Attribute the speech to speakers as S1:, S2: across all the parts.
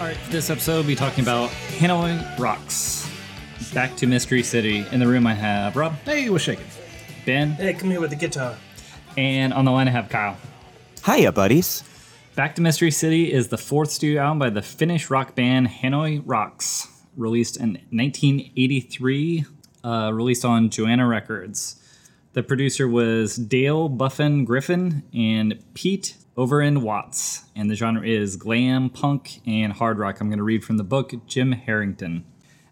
S1: All right, for this episode, we'll be talking about Hanoi Rocks. Back to Mystery City. In the room, I have Rob,
S2: Hey, what's shaking?
S1: Ben,
S3: Hey, come here with the guitar.
S1: and on the line, I have Kyle.
S4: Hiya, buddies.
S1: Back to Mystery City is the fourth studio album by the Finnish rock band Hanoi Rocks, released in 1983, uh, released on Joanna Records. The producer was Dale Buffin Griffin and Pete Overend Watts, and the genre is glam, punk, and hard rock. I'm going to read from the book Jim Harrington.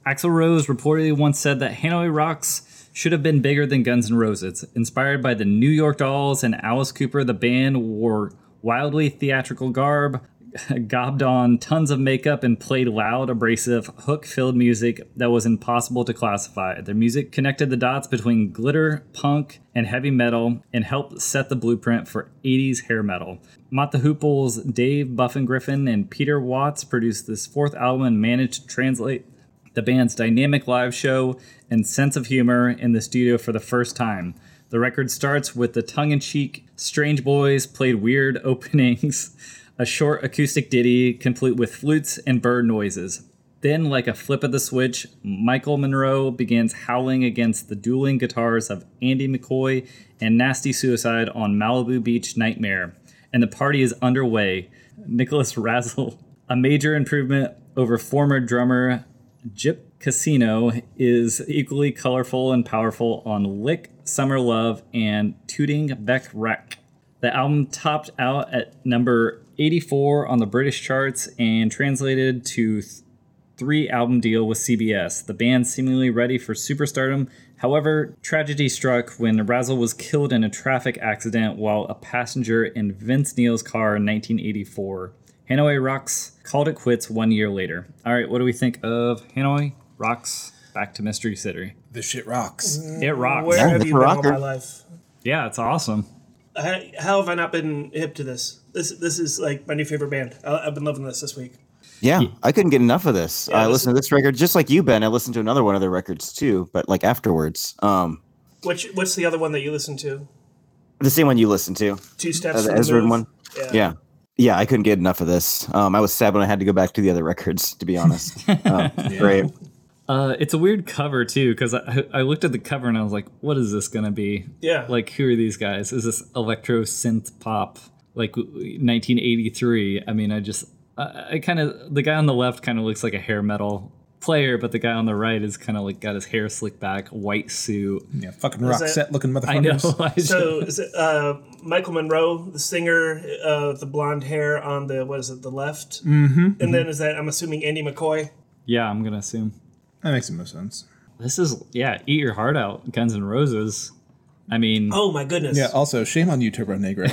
S1: Axl Rose reportedly once said that Hanoi Rocks should have been bigger than Guns N' Roses. Inspired by the New York Dolls and Alice Cooper, the band wore wildly theatrical garb, gobbed on tons of makeup, and played loud, abrasive, hook filled music that was impossible to classify. Their music connected the dots between glitter, punk, and heavy metal and helped set the blueprint for 80s hair metal. Mata Hoopl's Dave Buffin Griffin and Peter Watts produced this fourth album and managed to translate the band's dynamic live show and sense of humor in the studio for the first time. The record starts with the tongue in cheek Strange Boys played weird openings, a short acoustic ditty complete with flutes and bird noises. Then, like a flip of the switch, Michael Monroe begins howling against the dueling guitars of Andy McCoy and Nasty Suicide on Malibu Beach Nightmare, and the party is underway. Nicholas Razzle, a major improvement over former drummer Jip Casino is equally colorful and powerful on Lick, Summer Love, and Tooting Beck Wreck. The album topped out at number 84 on the British charts and translated to th- three album deal with CBS. The band seemingly ready for superstardom. However, tragedy struck when Razzle was killed in a traffic accident while a passenger in Vince Neil's car in 1984. Hanoi Rocks called it quits one year later. All right, what do we think of Hanoi Rocks Back to Mystery City?
S2: This shit rocks.
S1: It rocks.
S3: Where
S4: Uh, Yeah,
S3: have
S4: it's
S3: you
S4: a
S3: been all
S4: rocker.
S3: my life?
S1: Yeah, it's awesome.
S3: How, how have I not been hip to this? This this is like my new favorite band. I, I've been loving this this week.
S4: Yeah, I couldn't get enough of this.
S3: Yeah,
S4: I
S3: this-
S4: listened to this record just like you, Ben. I listened to another one of their records too, but like afterwards. Um,
S3: Which what's the other one that you listen to?
S4: the same one you listened to,
S3: Two
S4: uh,
S3: steps.
S4: the
S3: to the
S4: Ezra
S3: Move?
S4: one.
S3: Yeah.
S4: Yeah, yeah, I couldn't get enough of this. Um, I was sad when I had to go back to the other records, to be honest. Um, Great.
S1: Uh, it's a weird cover too, because I, I looked at the cover and I was like, "What is this gonna be?
S3: Yeah.
S1: like who are these guys? Is this electro synth pop like 1983?" I mean, I just I, I kind of the guy on the left kind of looks like a hair metal player, but the guy on the right is kind of like got his hair slicked back, white suit.
S2: Yeah, fucking rock
S3: that-
S2: set looking motherfuckers.
S1: I know. I just-
S3: So is it uh, Michael Monroe, the singer, uh, the blonde hair on the what is it, the left? Mm-hmm. And then is that I'm assuming Andy McCoy?
S1: yeah, I'm gonna assume
S2: That makes the most sense.
S1: this is yeah. Eat your heart out, Guns N' Roses. I mean,
S3: Oh my goodness!
S2: Yeah. Also, shame on you, Turbo Negro.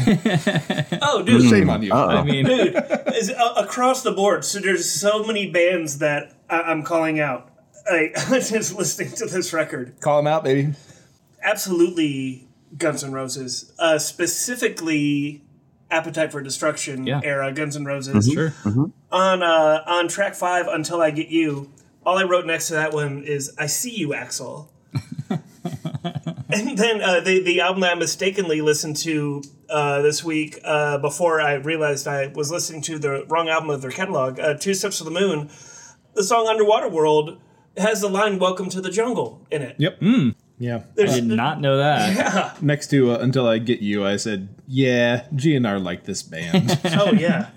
S3: Oh, dude,
S4: Mm-hmm.
S2: shame on you.
S1: I mean,
S3: is, uh, across the board. So there's so many bands that I, I'm calling out. I just listening to this record.
S2: Call him out, baby.
S3: absolutely Guns N' Roses, uh, specifically Appetite for Destruction
S1: Yeah. Mm-hmm.
S3: era Guns N' Roses.
S1: sure.
S3: On uh, on track five, Until I Get You, all I wrote next to that one is "I See You, Axel." and then uh, the the album that I mistakenly listened to uh, this week uh, before I realized I was listening to the wrong album of their catalog, uh, Two Steps to the Moon. The song "Underwater World" has the line "Welcome to the Jungle" in it.
S2: Yep. Yeah.
S1: I did not know that.
S2: Next to uh, Until I Get You, I said, yeah, GNR like this band.
S3: Oh yeah.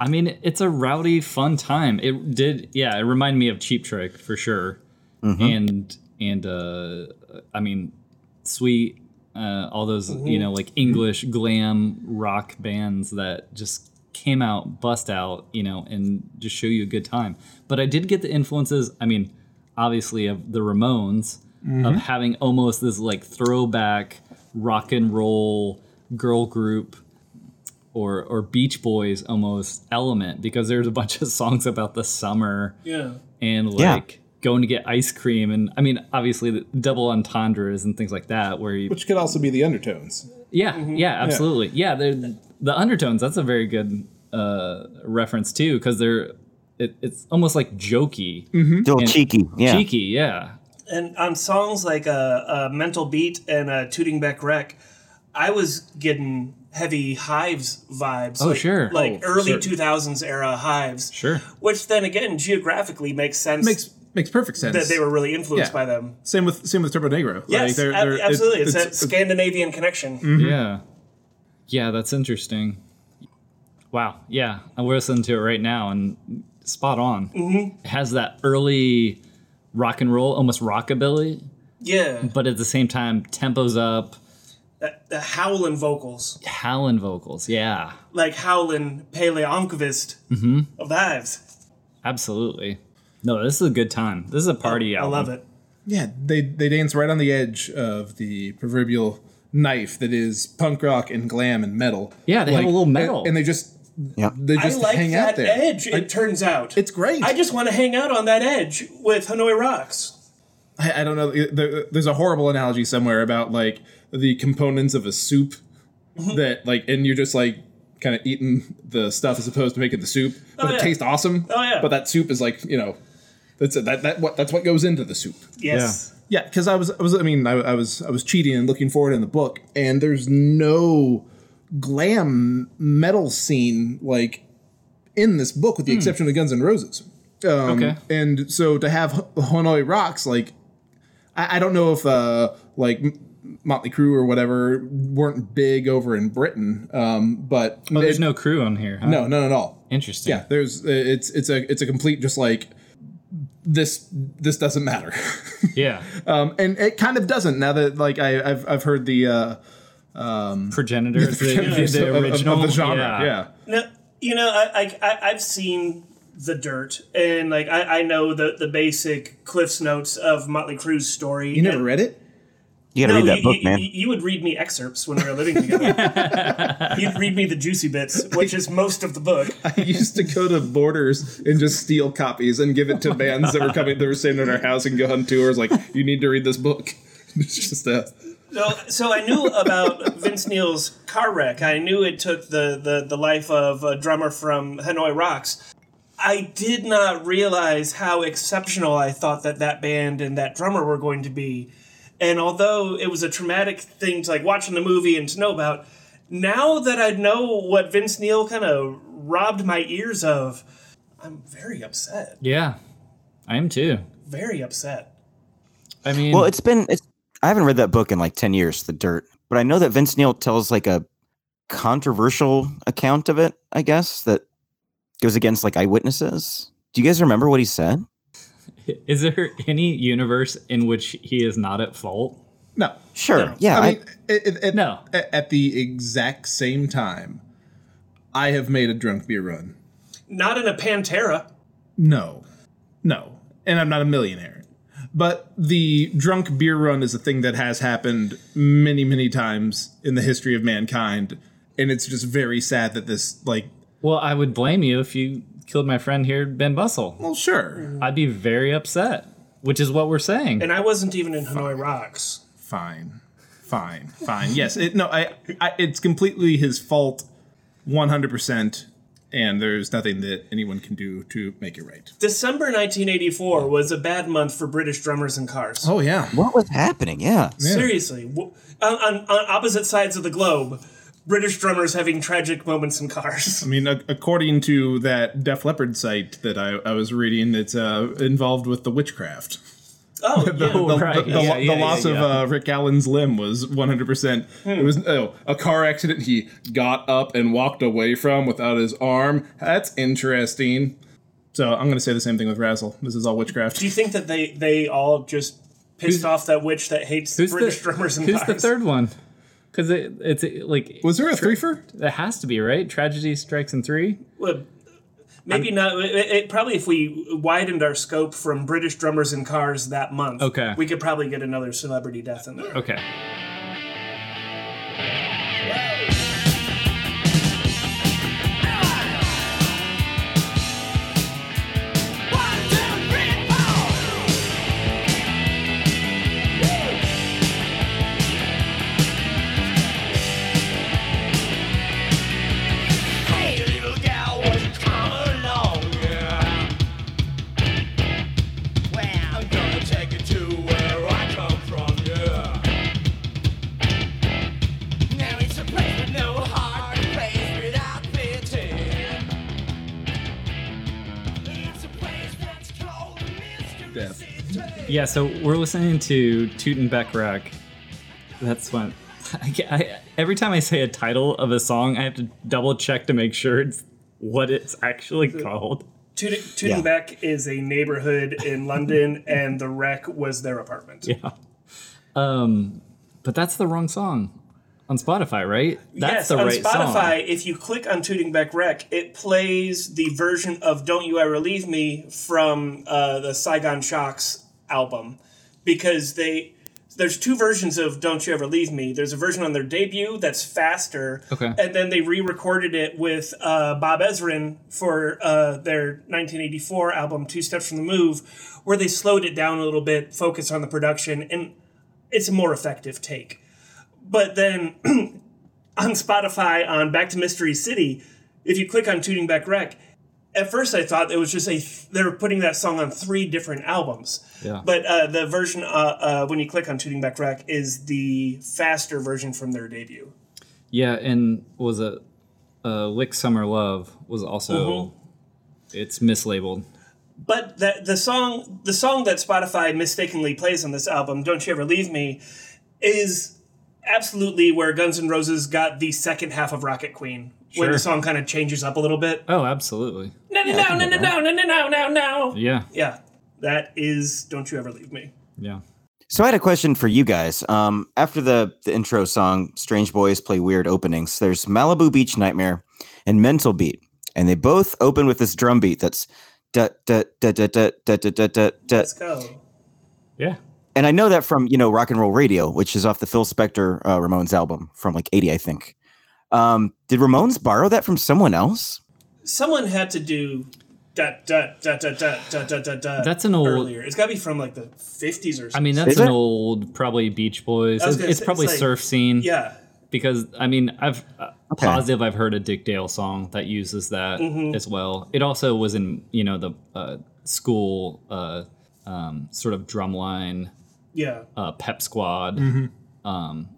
S1: I mean, it's a rowdy, fun time. It did, yeah. It reminded me of Cheap Trick for sure, and and uh, I mean, sweet, uh, all those you know like English glam rock bands that just came out, bust out, you know, and just show you a good time. But I did get the influences. I mean, obviously of the Ramones of having almost this like throwback rock and roll girl group or or Beach Boys almost element because there's a bunch of songs about the summer
S3: Yeah.
S1: and
S4: Yeah.
S1: like going to get ice cream and I mean obviously the double entendres and things like that where you
S2: Which could also be the undertones.
S1: yeah yeah absolutely yeah, they're the undertones that's a very good uh, reference too because they're it, it's almost like jokey
S4: Still cheeky. Mm-hmm. Yeah.
S1: cheeky yeah
S3: And on songs like uh, uh, Mental Beat and uh, Tooting Back Wreck, I was getting heavy Hives vibes.
S1: Oh,
S3: like,
S1: sure.
S3: Like
S2: Oh, for
S3: early
S2: certain.
S3: 2000s era Hives.
S1: sure
S3: Which then again, geographically makes sense
S2: Makes makes perfect sense.
S3: that they were really influenced
S2: Yeah.
S3: by them.
S2: same with same with Turbo Negro.
S3: Yes,
S2: Like, they're-
S3: ab-
S2: they're- it-
S3: absolutely. It's,
S2: it's- Mm-hmm.
S3: that Scandinavian connection.
S1: Yeah. Yeah, that's interesting. Wow. Yeah. And we're listening to it right now and spot on.
S2: Mm-hmm.
S1: It has that early rock and roll, almost rockabilly,
S3: Yeah.
S1: but at the same time, tempos up,
S3: That, the howlin' vocals.
S1: howling vocals. Yeah.
S3: Like howlin' Paleonkvist
S2: Mm-hmm.
S3: of the Hives.
S1: Absolutely. No, this is a good time. This is a party
S3: I
S1: album.
S3: love it.
S2: yeah, they they dance right on the edge of the proverbial knife that is punk rock and glam and metal.
S1: Yeah, they have a little metal.
S2: and, and they just
S4: Yeah.
S2: they just
S3: I like
S2: hang
S3: that
S2: out there.
S3: edge, it turns out.
S2: It's great.
S3: I just want to hang out on that edge with Hanoi Rocks.
S2: I, I don't know. There, there's a horrible analogy somewhere about like the components of a soup
S3: Mm-hmm.
S2: that like, and you're just like kind of eating the stuff as opposed to making the soup, but
S3: yeah.
S2: it tastes awesome.
S3: Oh, yeah.
S2: But that soup is like you know, that's that that what that's what goes into the soup.
S3: Yes.
S2: Yeah, because I was, I was, I mean, I, I was, I was cheating and looking for it in the book, and there's no glam metal scene like in this book, with the exception of Guns N' Roses. Um,
S1: Hmm. Okay.
S2: And so to have H- Hanoi Rocks, like, I, I don't know if uh, like M- Motley Crue or whatever weren't big over in Britain, um, but
S1: Oh, there's no crew on here. Huh?
S2: no, none at all.
S1: Interesting.
S2: Yeah, there's it's it's a it's a complete just like this this doesn't matter.
S1: Yeah.
S2: Um, and it kind of doesn't now that like I, I've I've heard the uh,
S1: Progenitors, the,
S2: of-
S1: the
S2: of- of
S1: original.
S2: the genre. Yeah.
S3: No, you know, I, I- I I've seen the dirt, and like I, I know the the basic Cliff's notes of Motley Crue's story.
S2: you never read it?
S4: You gotta
S3: no,
S4: read that
S3: you,
S4: book,
S3: you-
S4: man.
S3: You, you would read me excerpts when we were living together. You'd read me the juicy bits, which is most of the book.
S2: I used to go to Borders and just steal copies and give it to bands that were coming that were staying in our house and go on tours. Like you need to read this book. It's just a
S3: So, so I knew about Vince Neil's car wreck. I knew it took the, the, the life of a drummer from Hanoi Rocks. I did not realize how exceptional I thought that that band and that drummer were going to be. And although it was a traumatic thing to like watching the movie and to know about, now that I know what Vince Neil kind of robbed my ears of, I'm very upset.
S1: Yeah. I am too.
S3: Very upset.
S1: I mean,
S4: Well, it's been it's I haven't read that book in like 10 years, The Dirt, but I know that Vince Neil tells like a controversial account of it, I guess, that goes against like eyewitnesses. Do you guys remember what he said?
S1: Is there any universe in which he is not at fault?
S2: no.
S4: Sure. Yeah.
S2: I
S4: I-
S2: mean, it, it, it-
S1: No.
S2: a- At the exact same time, I have made a drunk beer run.
S3: Not in a Pantera.
S2: No, no, and I'm not a millionaire. But the drunk beer run is a thing that has happened many, many times in the history of mankind, and it's just very sad that this, like,
S1: Well, I would blame you if you killed my friend here, Ben Bustle.
S2: well, sure,
S1: I'd be very upset, which is what we're saying.
S3: And I wasn't even in Hanoi Rocks.
S2: fine, fine, fine. Yes, it, no, I, I, it's completely his fault, 100, percent and there's nothing that anyone can do to make it right.
S3: December 1984 was a bad month for British drummers and cars.
S2: Oh yeah,
S4: what was happening? Yeah.
S3: Seriously, w- on, on, on opposite sides of the globe, British drummers having tragic moments in cars.
S2: I mean, ac- according to that Def Leppard site that I, I was reading, it's uh, involved with the witchcraft.
S3: Oh,
S2: the,
S3: yeah.
S2: the-
S1: right.
S2: the- the
S1: Yeah,
S2: lo-
S1: yeah,
S2: the loss
S1: yeah,
S2: of
S1: yeah.
S2: Uh, Rick Allen's limb was 100%. It was oh, a car accident he got up and walked away from without his arm. That's interesting. So I'm going to say the same thing with Razzle. This is all witchcraft.
S3: Do you think that they they all just pissed off that witch that hates
S1: Who's
S3: British
S1: the
S3: drummers and
S1: Who's the
S3: bars?
S1: third one? Because it, it's like
S2: was there a threefer?
S1: it has to be right. Tragedy strikes in three.
S3: Well, Maybe not. It, it- probably if we widened our scope from British drummers and cars that month,
S1: Okay.
S3: we could probably get another celebrity death in there.
S1: Okay.
S2: Death.
S1: Yeah, so we're listening to Toot and Beck Rock. That's when I, ca- I, every time I say a title of a song, I have to double check to make sure it's what it's actually called.
S3: Tooting
S4: Yeah.
S3: Beck is a neighborhood in London, and the wreck was their apartment.
S1: Yeah. Um, but that's the wrong song on Spotify, right? That's
S3: yes,
S1: the
S3: on
S1: right
S3: Spotify,
S1: song.
S3: if you click on Tooting Beck Wreck, it plays the version of "Don't You Ever Leave Me" from uh, the Saigon Shocks album, because they there's two versions of "Don't You Ever Leave Me." There's a version on their debut that's faster,
S1: Okay.
S3: and then they re-recorded it with uh, Bob Ezrin for uh, their 1984 album Two Steps from the Move, where they slowed it down a little bit, focused on the production, and it's a more effective take. But then on Spotify on Back to Mystery City, if you click on Tooting Back Wreck, at first I thought it was just a they were putting that song on three different albums.
S1: Yeah.
S3: But uh, the version uh, uh, when you click on Tooting Back Wreck is the faster version from their debut.
S1: Yeah, and was it uh, Lick Summer Love was also
S3: Mm-hmm.
S1: it's mislabeled.
S3: But the the song the song that Spotify mistakenly plays on this album, "Don't You Ever Leave Me," is absolutely where Guns N' Roses got the second half of Rocket Queen, when
S1: Sure.
S3: the song kind of changes up a little bit.
S1: Oh, absolutely.
S3: No, no, no, no, no, no, no, no, no, no.
S1: Yeah,
S3: Yeah, that is "Don't You Ever Leave Me."
S1: yeah.
S4: So I had a question for you guys. Um, after the, the intro song, Strange Boys play weird openings. There's Malibu Beach Nightmare and Mental Beat, and they both open with this drum beat that's da da da da da da da da da. da.
S3: Let's go.
S1: Yeah.
S4: And I know that from you know Rock and Roll Radio, which is off the Phil Spector uh, Ramones album from like '80, I think. Um, did Ramones borrow that from someone else?
S3: Someone had to do dot dot dot dot dot dot dot dot. dot
S1: That's an old-
S3: earlier. It's got to be from like the fifties or
S1: I
S3: something.
S1: mean, that's
S4: Is
S1: an
S4: it?
S1: old probably Beach Boys.
S3: I was
S1: It's,
S3: gonna
S1: it's
S3: say,
S1: probably
S3: it's like-
S1: surf scene.
S3: yeah.
S1: because I mean I've uh, positive I've heard a Dick Dale song that uses that
S3: Mm-hmm.
S1: as well. It also was in you know the uh, school uh, um, sort of drumline
S3: Yeah.
S1: uh, Pep Squad. Um,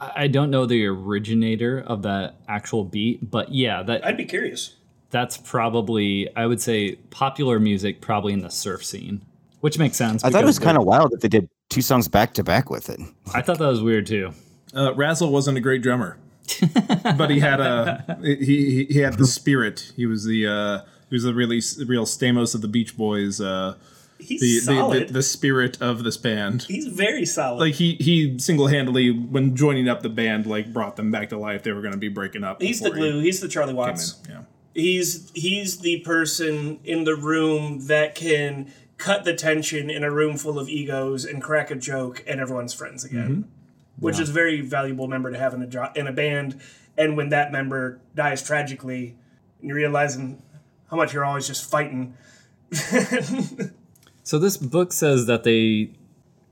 S1: I I don't know the originator of that actual beat, but yeah, that
S3: I'd be curious.
S1: that's probably I would say popular music probably in the surf scene, which makes sense.
S4: I thought it was
S1: because
S4: kind of wild that they did two songs back to back with it.
S1: I thought that was weird too.
S2: Uh, Razzle wasn't a great drummer, but he had a he he- he had the spirit. He was the uh, he was the really the real Stamos of the Beach Boys. Uh,
S3: He's
S2: the, the,
S3: solid.
S2: the the spirit of this band.
S3: He's very solid.
S2: Like he he single handedly when joining up the band like brought them back to life. They were going to be breaking up.
S3: he's the
S2: before he
S3: glue. He's the Charlie
S2: came
S3: Watts.
S2: in. Yeah.
S3: he's he's the person in the room that can cut the tension in a room full of egos and crack a joke and everyone's friends again
S2: Mm-hmm.
S3: which is a very valuable member to have in a jo- in a band and when that member dies tragically and you're realizing how much you're always just fighting
S1: So this book says that they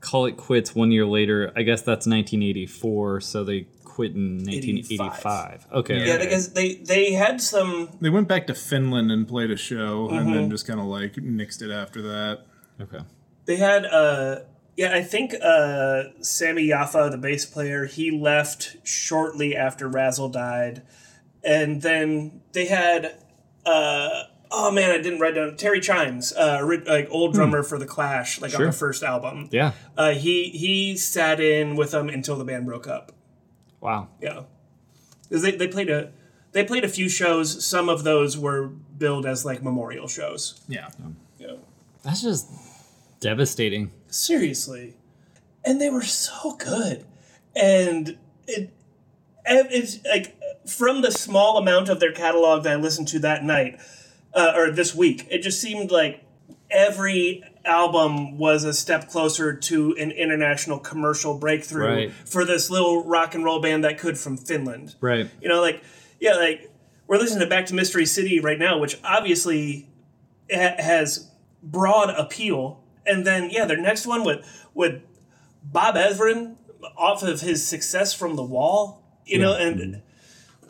S1: call it quits one year later. I guess that's 1984. So they quit in 1985. Okay.
S3: yeah because they they had some
S2: They went back to Finland and played a show, and
S3: Mm-hmm.
S2: then just kind of like nixed it after that.
S1: Okay.
S3: they had uh yeah, I think uh, Sammy Yaffa, the bass player, he left shortly after Razzle died, and then they had uh, oh man, I didn't write down Terry Chimes, uh, ri- like old drummer for the Clash, like on their first album.
S1: Yeah.
S3: Uh, he he sat in with them until the band broke up.
S1: Wow.
S3: Yeah, 'Cause they, they played a they played a few shows. Some of those were billed as like memorial shows.
S2: Yeah.
S3: Yeah,
S1: That's just devastating.
S3: seriously, and they were so good, and it and it's like from the small amount of their catalog that I listened to that night uh, or this week, it just seemed like every album was a step closer to an international commercial breakthrough
S1: Right.
S3: for this little rock and roll band that could from Finland.
S1: Right.
S3: You know, like yeah, like we're listening to Back to Mystery City right now, which obviously ha- has broad appeal. And then yeah, their next one with with Bob Ezrin off of his success from The Wall, you know, and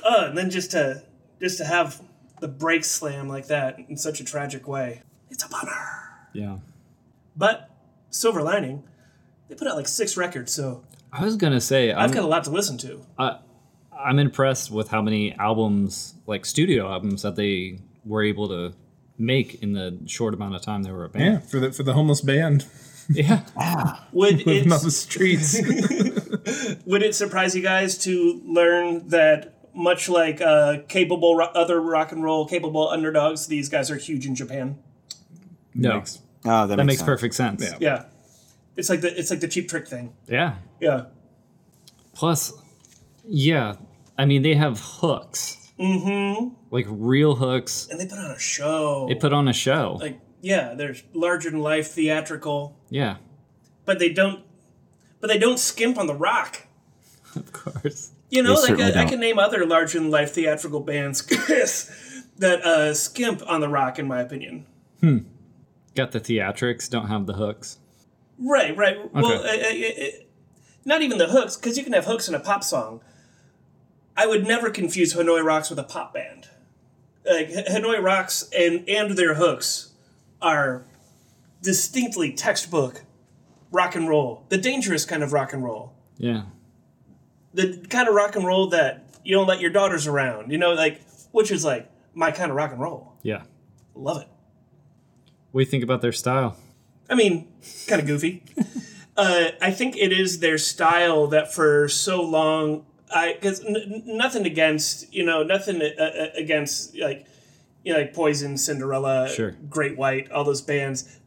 S3: uh, and then just to just to have the break slam like that in such a tragic way, it's a bummer.
S1: Yeah.
S3: But silver lining, they put out like six records, so
S1: I was gonna say
S3: I've
S1: I'm,
S3: got a lot to listen to.
S1: I'm impressed with how many albums, like studio albums, that they were able to make in the short amount of time they were a
S2: Yeah.
S1: band.
S2: For the for the homeless band
S1: Yeah.
S3: Would
S2: living on
S3: it's-
S2: the streets.
S3: Would it surprise you guys to learn that much like uh, capable ro- other rock and roll capable underdogs, these guys are huge in Japan?
S1: No,
S2: Makes-
S4: Oh, that,
S1: that
S4: makes,
S1: makes
S4: sense.
S1: perfect sense.
S2: Yeah.
S3: Yeah, it's like the it's like the cheap trick thing.
S1: yeah.
S3: Yeah,
S1: Plus, yeah. I mean, they have hooks. Mm-hmm. Like real hooks.
S3: and they put on a show.
S1: They put on a show.
S3: like yeah, they're larger than life, theatrical,
S1: yeah.
S3: but they don't but they don't skimp on the rock.
S1: Of course.
S3: You know,
S4: They
S3: like
S4: certainly
S3: I, I
S4: don't.
S3: can name other larger than life theatrical bands that uh, skimp on the rock, in my opinion.
S1: Got the theatrics. Don't have the hooks.
S3: Right, right. Well, uh, uh, uh, not even the hooks, because you can have hooks in a pop song. I would never confuse Hanoi Rocks with a pop band. Like H- Hanoi Rocks and and their hooks are distinctly textbook rock and roll, the dangerous kind of rock and roll,
S1: Yeah.
S3: the kind of rock and roll that you don't let your daughters around. You know, like which is like my kind of rock and roll.
S1: Yeah.
S3: Love it.
S1: What do you think about their style?
S3: I mean, kind of goofy. uh, I think it is their style that for so long, I because n- n- nothing against you know nothing uh, uh, against like you know like Poison, Cinderella,
S1: Sure.
S3: Great White, all those bands.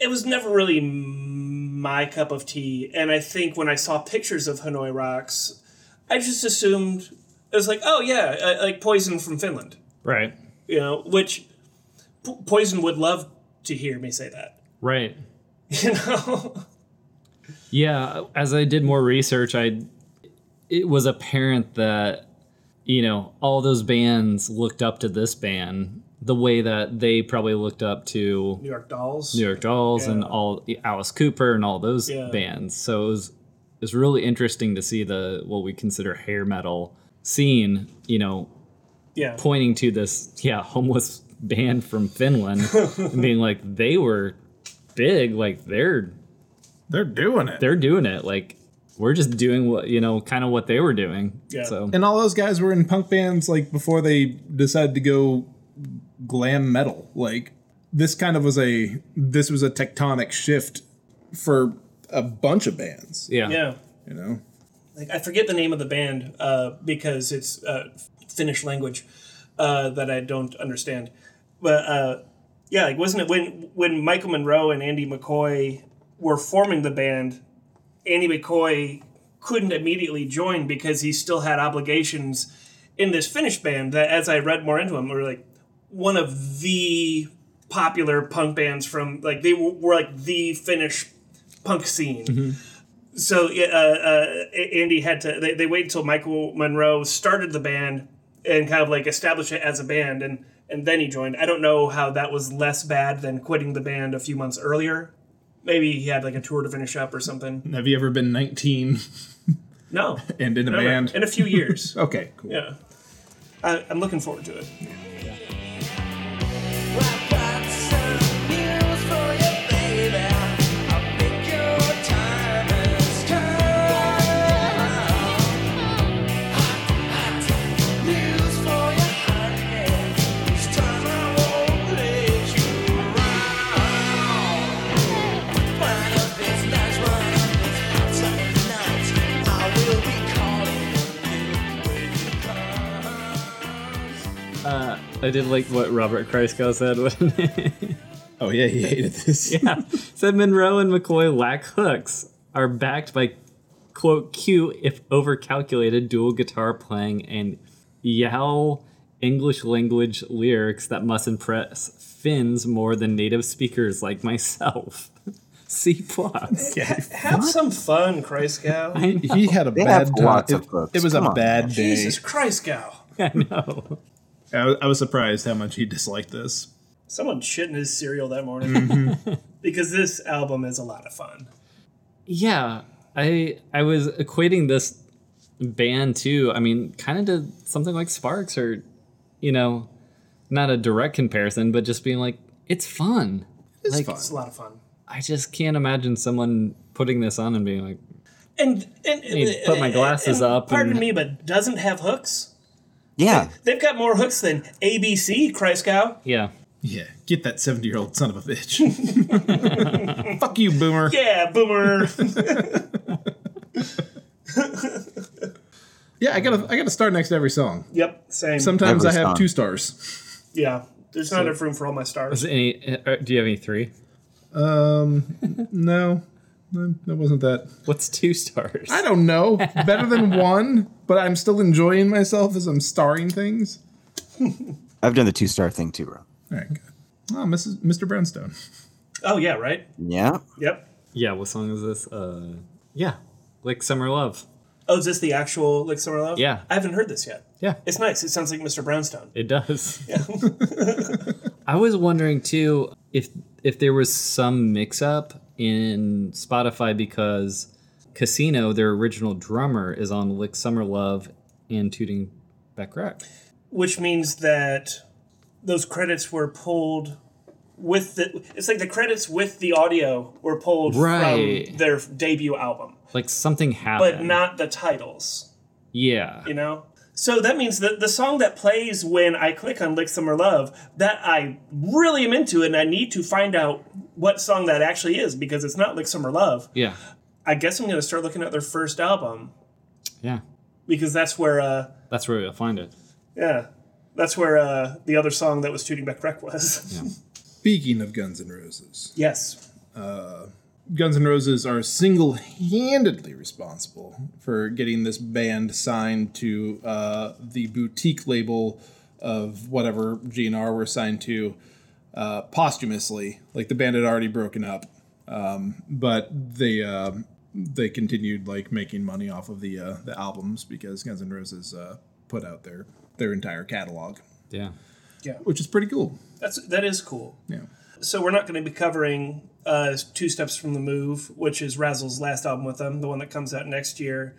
S3: It was never really my cup of tea, and I think when I saw pictures of Hanoi Rocks, I just assumed it was like, oh yeah, uh, like Poison from Finland,
S1: Right.
S3: you know, which P- Poison would love to hear me say that,
S1: Right.
S3: you know.
S1: Yeah, as I did more research, I it was apparent that you know all those bands looked up to this band the way that they probably looked up to
S3: New York Dolls.
S1: New York Dolls and
S3: Yeah.
S1: all Alice Cooper and all those
S3: Yeah.
S1: bands. So it was it's really interesting to see the what we consider hair metal scene, you know,
S3: Yeah.
S1: pointing to this yeah homeless band from Finland and being like they were big, like they're
S2: They're doing it.
S1: they're doing it. Like we're just doing what you know, kind of what they were doing.
S3: Yeah.
S1: So
S2: and all those guys were in punk bands like before they decided to go glam metal like this kind of was a this was a tectonic shift for a bunch of bands
S1: yeah,
S3: Yeah.
S2: you know
S3: Like I forget the name of the band uh, because it's uh, Finnish language uh, that I don't understand. But uh, yeah, like wasn't it when when Michael Monroe and Andy McCoy were forming the band, Andy McCoy couldn't immediately join because he still had obligations in this Finnish band that, as I read more into him, were like one of the popular punk bands from like they were, were like the Finnish punk scene. So yeah, uh, uh, A- Andy had to. They, they waited until Michael Monroe started the band and kind of like established it as a band, and and then he joined. I don't know how that was less bad than quitting the band a few months earlier. Maybe he had like a tour to finish up or something.
S2: have you ever been 19
S3: No,
S2: and in a
S3: Never.
S2: band
S3: in a few years.
S2: okay cool
S3: yeah, I, I'm looking forward to it.
S5: I've got some news for you, baby. I think your time has come. Hot, hot news for you, honey. This time I won't
S1: I did like what Robert Kreisgau said. when-
S2: Oh yeah, he hated this.
S1: yeah, said Monroe and McCoy lack hooks, are backed by quote cute if over calculated dual guitar playing and yell English language lyrics that must impress Finns more than native speakers like myself. C plus.
S2: Yeah.
S3: Have some fun, Christ Gal.
S1: I know.
S2: He had a
S4: have
S2: bad time.
S4: lots
S2: it,
S4: of books.
S2: it was
S4: Come
S2: a
S4: on,
S2: bad
S4: man.
S2: day.
S3: Jesus Christ, Gal.
S1: I know.
S2: I, was- I was surprised how much he disliked this.
S3: Someone shit in his cereal that morning.
S2: Mm-hmm.
S3: because this album is a lot of fun.
S1: Yeah, I I was equating this band to, I mean, kind of to something like Sparks or, you know, not a direct comparison, but just being like, it's fun.
S2: It's
S1: Like-
S2: fun.
S3: It's a lot of fun.
S1: I just can't imagine someone putting this on and being like,
S3: And, and, and,
S1: need to put my glasses
S3: and-
S1: up
S3: Pardon
S1: and-
S3: me, but doesn't have hooks?
S4: Yeah.
S3: They've got more hooks than ABC, Christ Gal.
S1: yeah,
S2: Yeah, get that seventy-year-old son of a bitch. Fuck you, boomer. Yeah.
S3: Yeah, boomer.
S2: I gotta, I gotta star next to every song.
S3: yep, same.
S2: Sometimes
S4: Every
S2: I have
S4: song.
S2: two stars.
S3: yeah, there's not enough room for all my stars.
S1: is any, uh, do you have any three?
S2: No, no, that wasn't that.
S1: What's two stars?
S2: I don't know. Better than one, but I'm still enjoying myself as I'm starring things.
S4: I've done the two star thing too, bro.
S2: All right, good. Oh, Mrs. Mr. Brownstone.
S3: Oh, yeah, right?
S4: Yeah.
S3: Yep.
S1: yeah, what song is this? Uh, yeah, like Summer Love.
S3: Oh, is this the actual Lick Summer Love?
S1: Yeah.
S3: I haven't heard this yet.
S1: Yeah,
S3: It's nice. It sounds like Mr. Brownstone.
S1: It does. I was wondering too if if there was some mix up in Spotify because Casino, their original drummer, is on Lick Summer Love and Tooting Back Rock.
S3: which means that those credits were pulled with the it's like the credits with the audio were pulled
S1: Right.
S3: from their debut album
S1: Like something happened.
S3: but not the titles
S1: Yeah.
S3: you know so that means that the song that plays when i click on lick summer love that i really am into and i need to find out what song that actually is because it's not lick summer love
S1: Yeah.
S3: i guess i'm going to start looking at their first album
S1: Yeah.
S3: because that's where uh
S1: That's where we'll find it.
S3: yeah that's where uh the other song that was tooting back wreck was
S2: Speaking of Guns N' Roses,
S3: yes
S2: Guns N' Roses are single handedly responsible for getting this band signed to uh, the boutique label of whatever GNR were signed to uh, posthumously. Like the band had already broken up, um, but they. um they continued like making money off of the uh, the albums because Guns N' Roses uh, put out their their entire catalog,
S1: Yeah.
S2: which is pretty cool.
S3: That's that is cool.
S2: Yeah.
S3: So we're not going to be covering uh, two steps from the move, which is Razzle's last album with them, the one that comes out next year.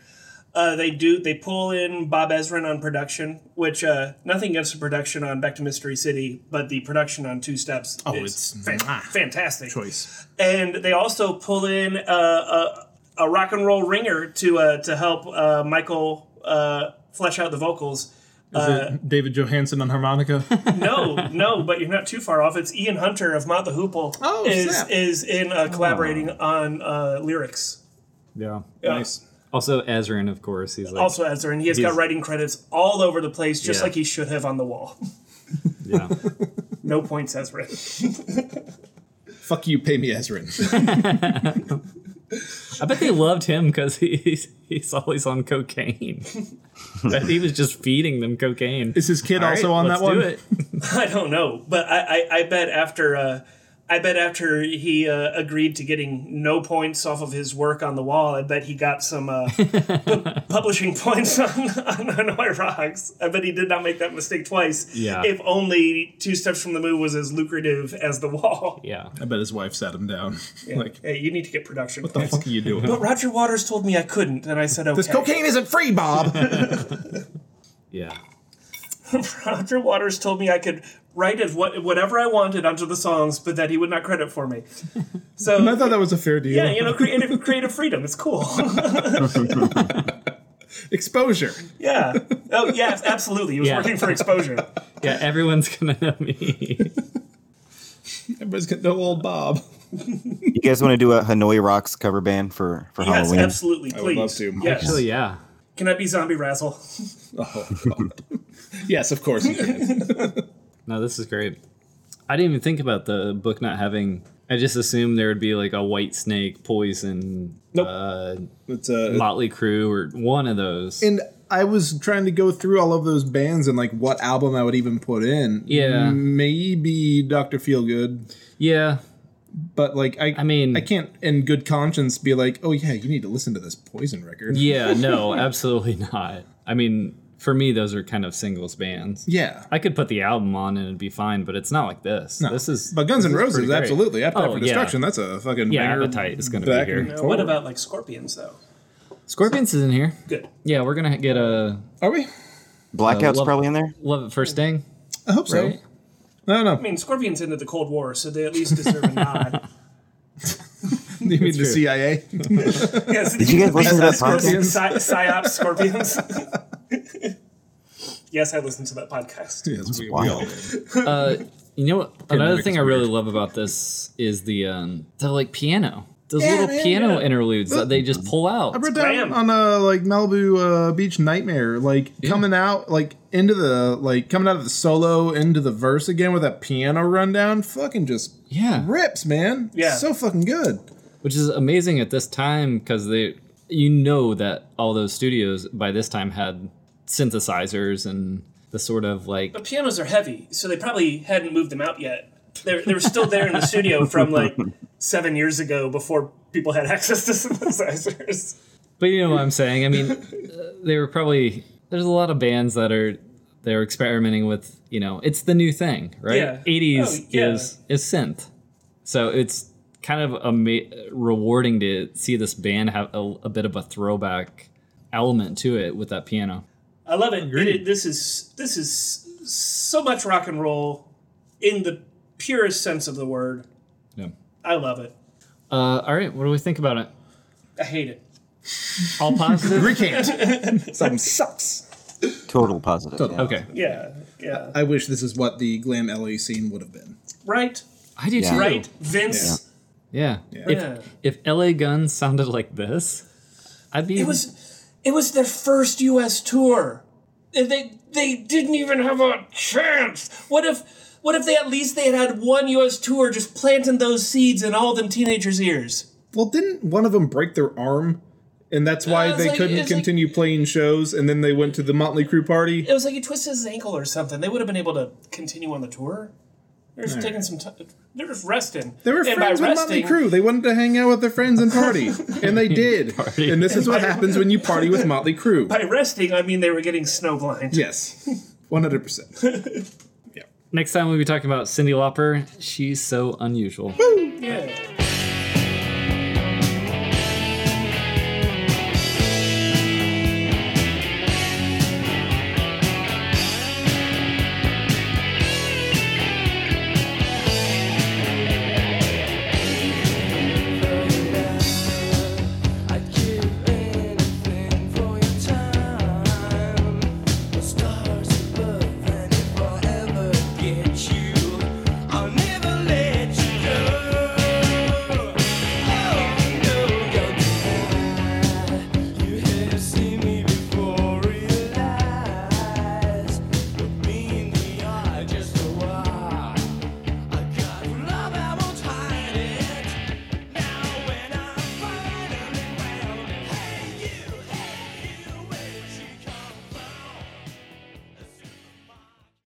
S3: Uh, they do they pull in Bob Ezrin on production, which uh, nothing against the production on Back to Mystery City, but the production on Two Steps oh,
S2: it's-
S3: fan-
S2: mwah.
S3: fantastic
S2: Choice.
S3: and they also pull in uh, a, a rock and roll ringer to uh, to help uh, Michael uh, flesh out the vocals.
S2: Is it David Johansen on harmonica?
S3: no, no, but you're not too far off. It's Ian Hunter of Mount the Hoople
S2: Oh,
S3: is
S2: snap.
S3: is in uh, collaborating on uh, lyrics.
S1: Yeah.
S3: Yeah.
S1: Also Ezrin, of course. He's like
S3: Also, Ezra, and he has got
S1: He's-
S3: writing credits all over the place, just
S1: Yeah.
S3: like he should have on the wall.
S1: Yeah.
S3: no points, Ezra.
S2: Fuck you, pay me Ezrin.
S1: I bet they loved him because he, he's, he's always on cocaine. But he was just feeding them cocaine.
S2: Is his kid
S1: All
S2: also
S1: right,
S2: on
S1: let's
S2: that one?
S1: do it.
S3: I don't know, but I I, I bet after. Uh, I bet after he uh, agreed to getting no points off of his work on the wall, I bet he got some uh, pu- publishing points on, on Hanoi Rocks. I bet he did not make that mistake twice.
S1: Yeah.
S3: If only Two Steps from the Moon was as lucrative as the wall.
S1: Yeah.
S2: I bet his wife sat him down. Like,
S3: Hey, you need to get production
S2: what the
S3: points.
S2: fuck are you doing?
S3: But Roger Waters told me I couldn't, and I said, okay.
S2: this cocaine isn't free, Bob.
S1: Yeah.
S3: Roger Waters told me I could write it what, whatever I wanted onto the songs, but that he would not credit for me. So
S2: I thought that was a fair deal.
S3: yeah, you know, creative creative freedom. It's cool.
S2: Exposure.
S3: yeah. Oh yeah, absolutely. He was
S1: Yeah.
S3: working for exposure.
S4: Oh,
S1: Yeah, everyone's gonna know me.
S2: Everybody's got no old Bob.
S4: You guys want to do a Hanoi Rocks cover band for for
S3: yes,
S4: Halloween?
S3: absolutely. Please.
S2: would love to.
S3: Yes.
S1: Actually, yeah.
S3: Can I be zombie razzle?
S2: Oh, Yes, of course. it is.
S1: No, this is great. I didn't even think about the book not having. I just assumed there would be like a white snake, poison,
S2: Nope.
S1: uh,
S2: it's a
S1: Motley Crew, or one of those.
S2: and I was trying to go through all of those bands and like what album I would even put in.
S1: Yeah.
S2: maybe Doctor Feelgood,
S1: yeah,
S2: but like I,
S1: I mean-
S2: I can't in good conscience be like, oh yeah, you need to listen to this Poison record.
S1: yeah, no, absolutely not. I mean, for me, those are kind of singles bands.
S2: yeah.
S1: I could put the album on and it'd be fine, but it's not like this. This is
S2: But Guns
S1: this
S2: N'
S1: is
S2: Roses,
S1: pretty great.
S2: absolutely. Appetite
S1: Oh,
S2: for
S1: yeah.
S2: Destruction, that's a fucking
S1: Yeah,
S2: banger
S1: Appetite is gonna be
S2: back
S1: here.
S2: and
S1: Now,
S3: Now,
S2: forward.
S3: what about like scorpions though?
S1: Scorpions is in here.
S3: Good.
S1: Yeah, we're gonna get a
S2: Are we?
S4: Blackout's
S1: love-
S4: probably in there.
S1: Love at First Sting,
S2: I hope so.
S1: right?
S2: I don't know.
S3: I mean, scorpions ended the Cold War, so they at least deserve a nod.
S2: you mean the
S1: true.
S2: CIA?
S3: Yes.
S4: Did you guys listen to that podcast?
S2: Scorpions?
S3: Psy- Psyops scorpions. yes, I listened to that podcast.
S2: yes, we,
S4: wild.
S2: did.
S1: You know, what? another
S2: make
S1: thing
S2: us
S1: I really
S2: weird.
S1: love about this is the um, the like piano, those
S2: Yeah,
S1: little
S2: man,
S1: piano
S2: yeah.
S1: interludes that they just pull out.
S2: I wrote down
S3: Graham.
S2: on a like Malibu uh, beach nightmare, like coming out, like into the like coming out of the solo into the verse again with that piano rundown. Fucking just
S1: Yeah,
S2: rips, man.
S3: Yeah.
S2: so fucking good.
S1: which is amazing at this time because they, you know, that all those studios by this time had synthesizers and the sort of like
S3: But pianos are heavy, so they probably hadn't moved them out yet. They they were still there in the studio from like seven years ago before people had access to synthesizers.
S1: But you know what I'm saying. I mean, uh, they were probably there's a lot of bands that are they're experimenting with. You know, it's the new thing, right?
S3: Yeah.
S1: 80s
S3: Oh, yeah.
S1: is is synth, so it's kind of ama- rewarding to see this band have a, a bit of a throwback element to it with that piano.
S3: I love it. It- it- This is this is so much rock and roll in the purest sense of the word.
S1: Yeah.
S3: I love it.
S1: Uh, all right, what do we think about it?
S3: I hate it.
S1: All positive.
S2: Recant. Something sucks.
S4: Total positive. yeah.
S1: okay,
S3: Yeah, yeah.
S2: I wish this is what the glam LA scene would have been.
S3: Right,
S1: I do
S4: Yeah.
S1: too.
S3: right. Vince.
S1: Yeah.
S3: Yeah.
S1: If, if LA Guns sounded like this, I'd be
S3: It was it was their first U.S. tour. And They they didn't even have a chance. What if what if they at least they had had one U.S. tour just planting those seeds in all them teenagers' ears?
S2: Well, didn't one of them break their arm? And that's why
S3: Uh, it's
S2: they
S3: like-
S2: couldn't
S3: it's like-
S2: continue playing shows, and then they went to the Motley Crue party.
S3: It was like he twisted his ankle or something. They would have been able to continue on the tour. They're just taking some time. They're just resting.
S2: They were
S3: and
S2: friends
S3: by
S2: with
S3: resting,
S2: Motley Crue. They wanted to hang out with their friends and party, and they did.
S1: Party.
S2: And this is what happens when you party with Motley Crue.
S3: By resting, I mean they were getting snowblind.
S2: Yes, one hundred percent.
S1: Next time we'll be talking about Cindy Lauper. She's so unusual.
S3: yeah.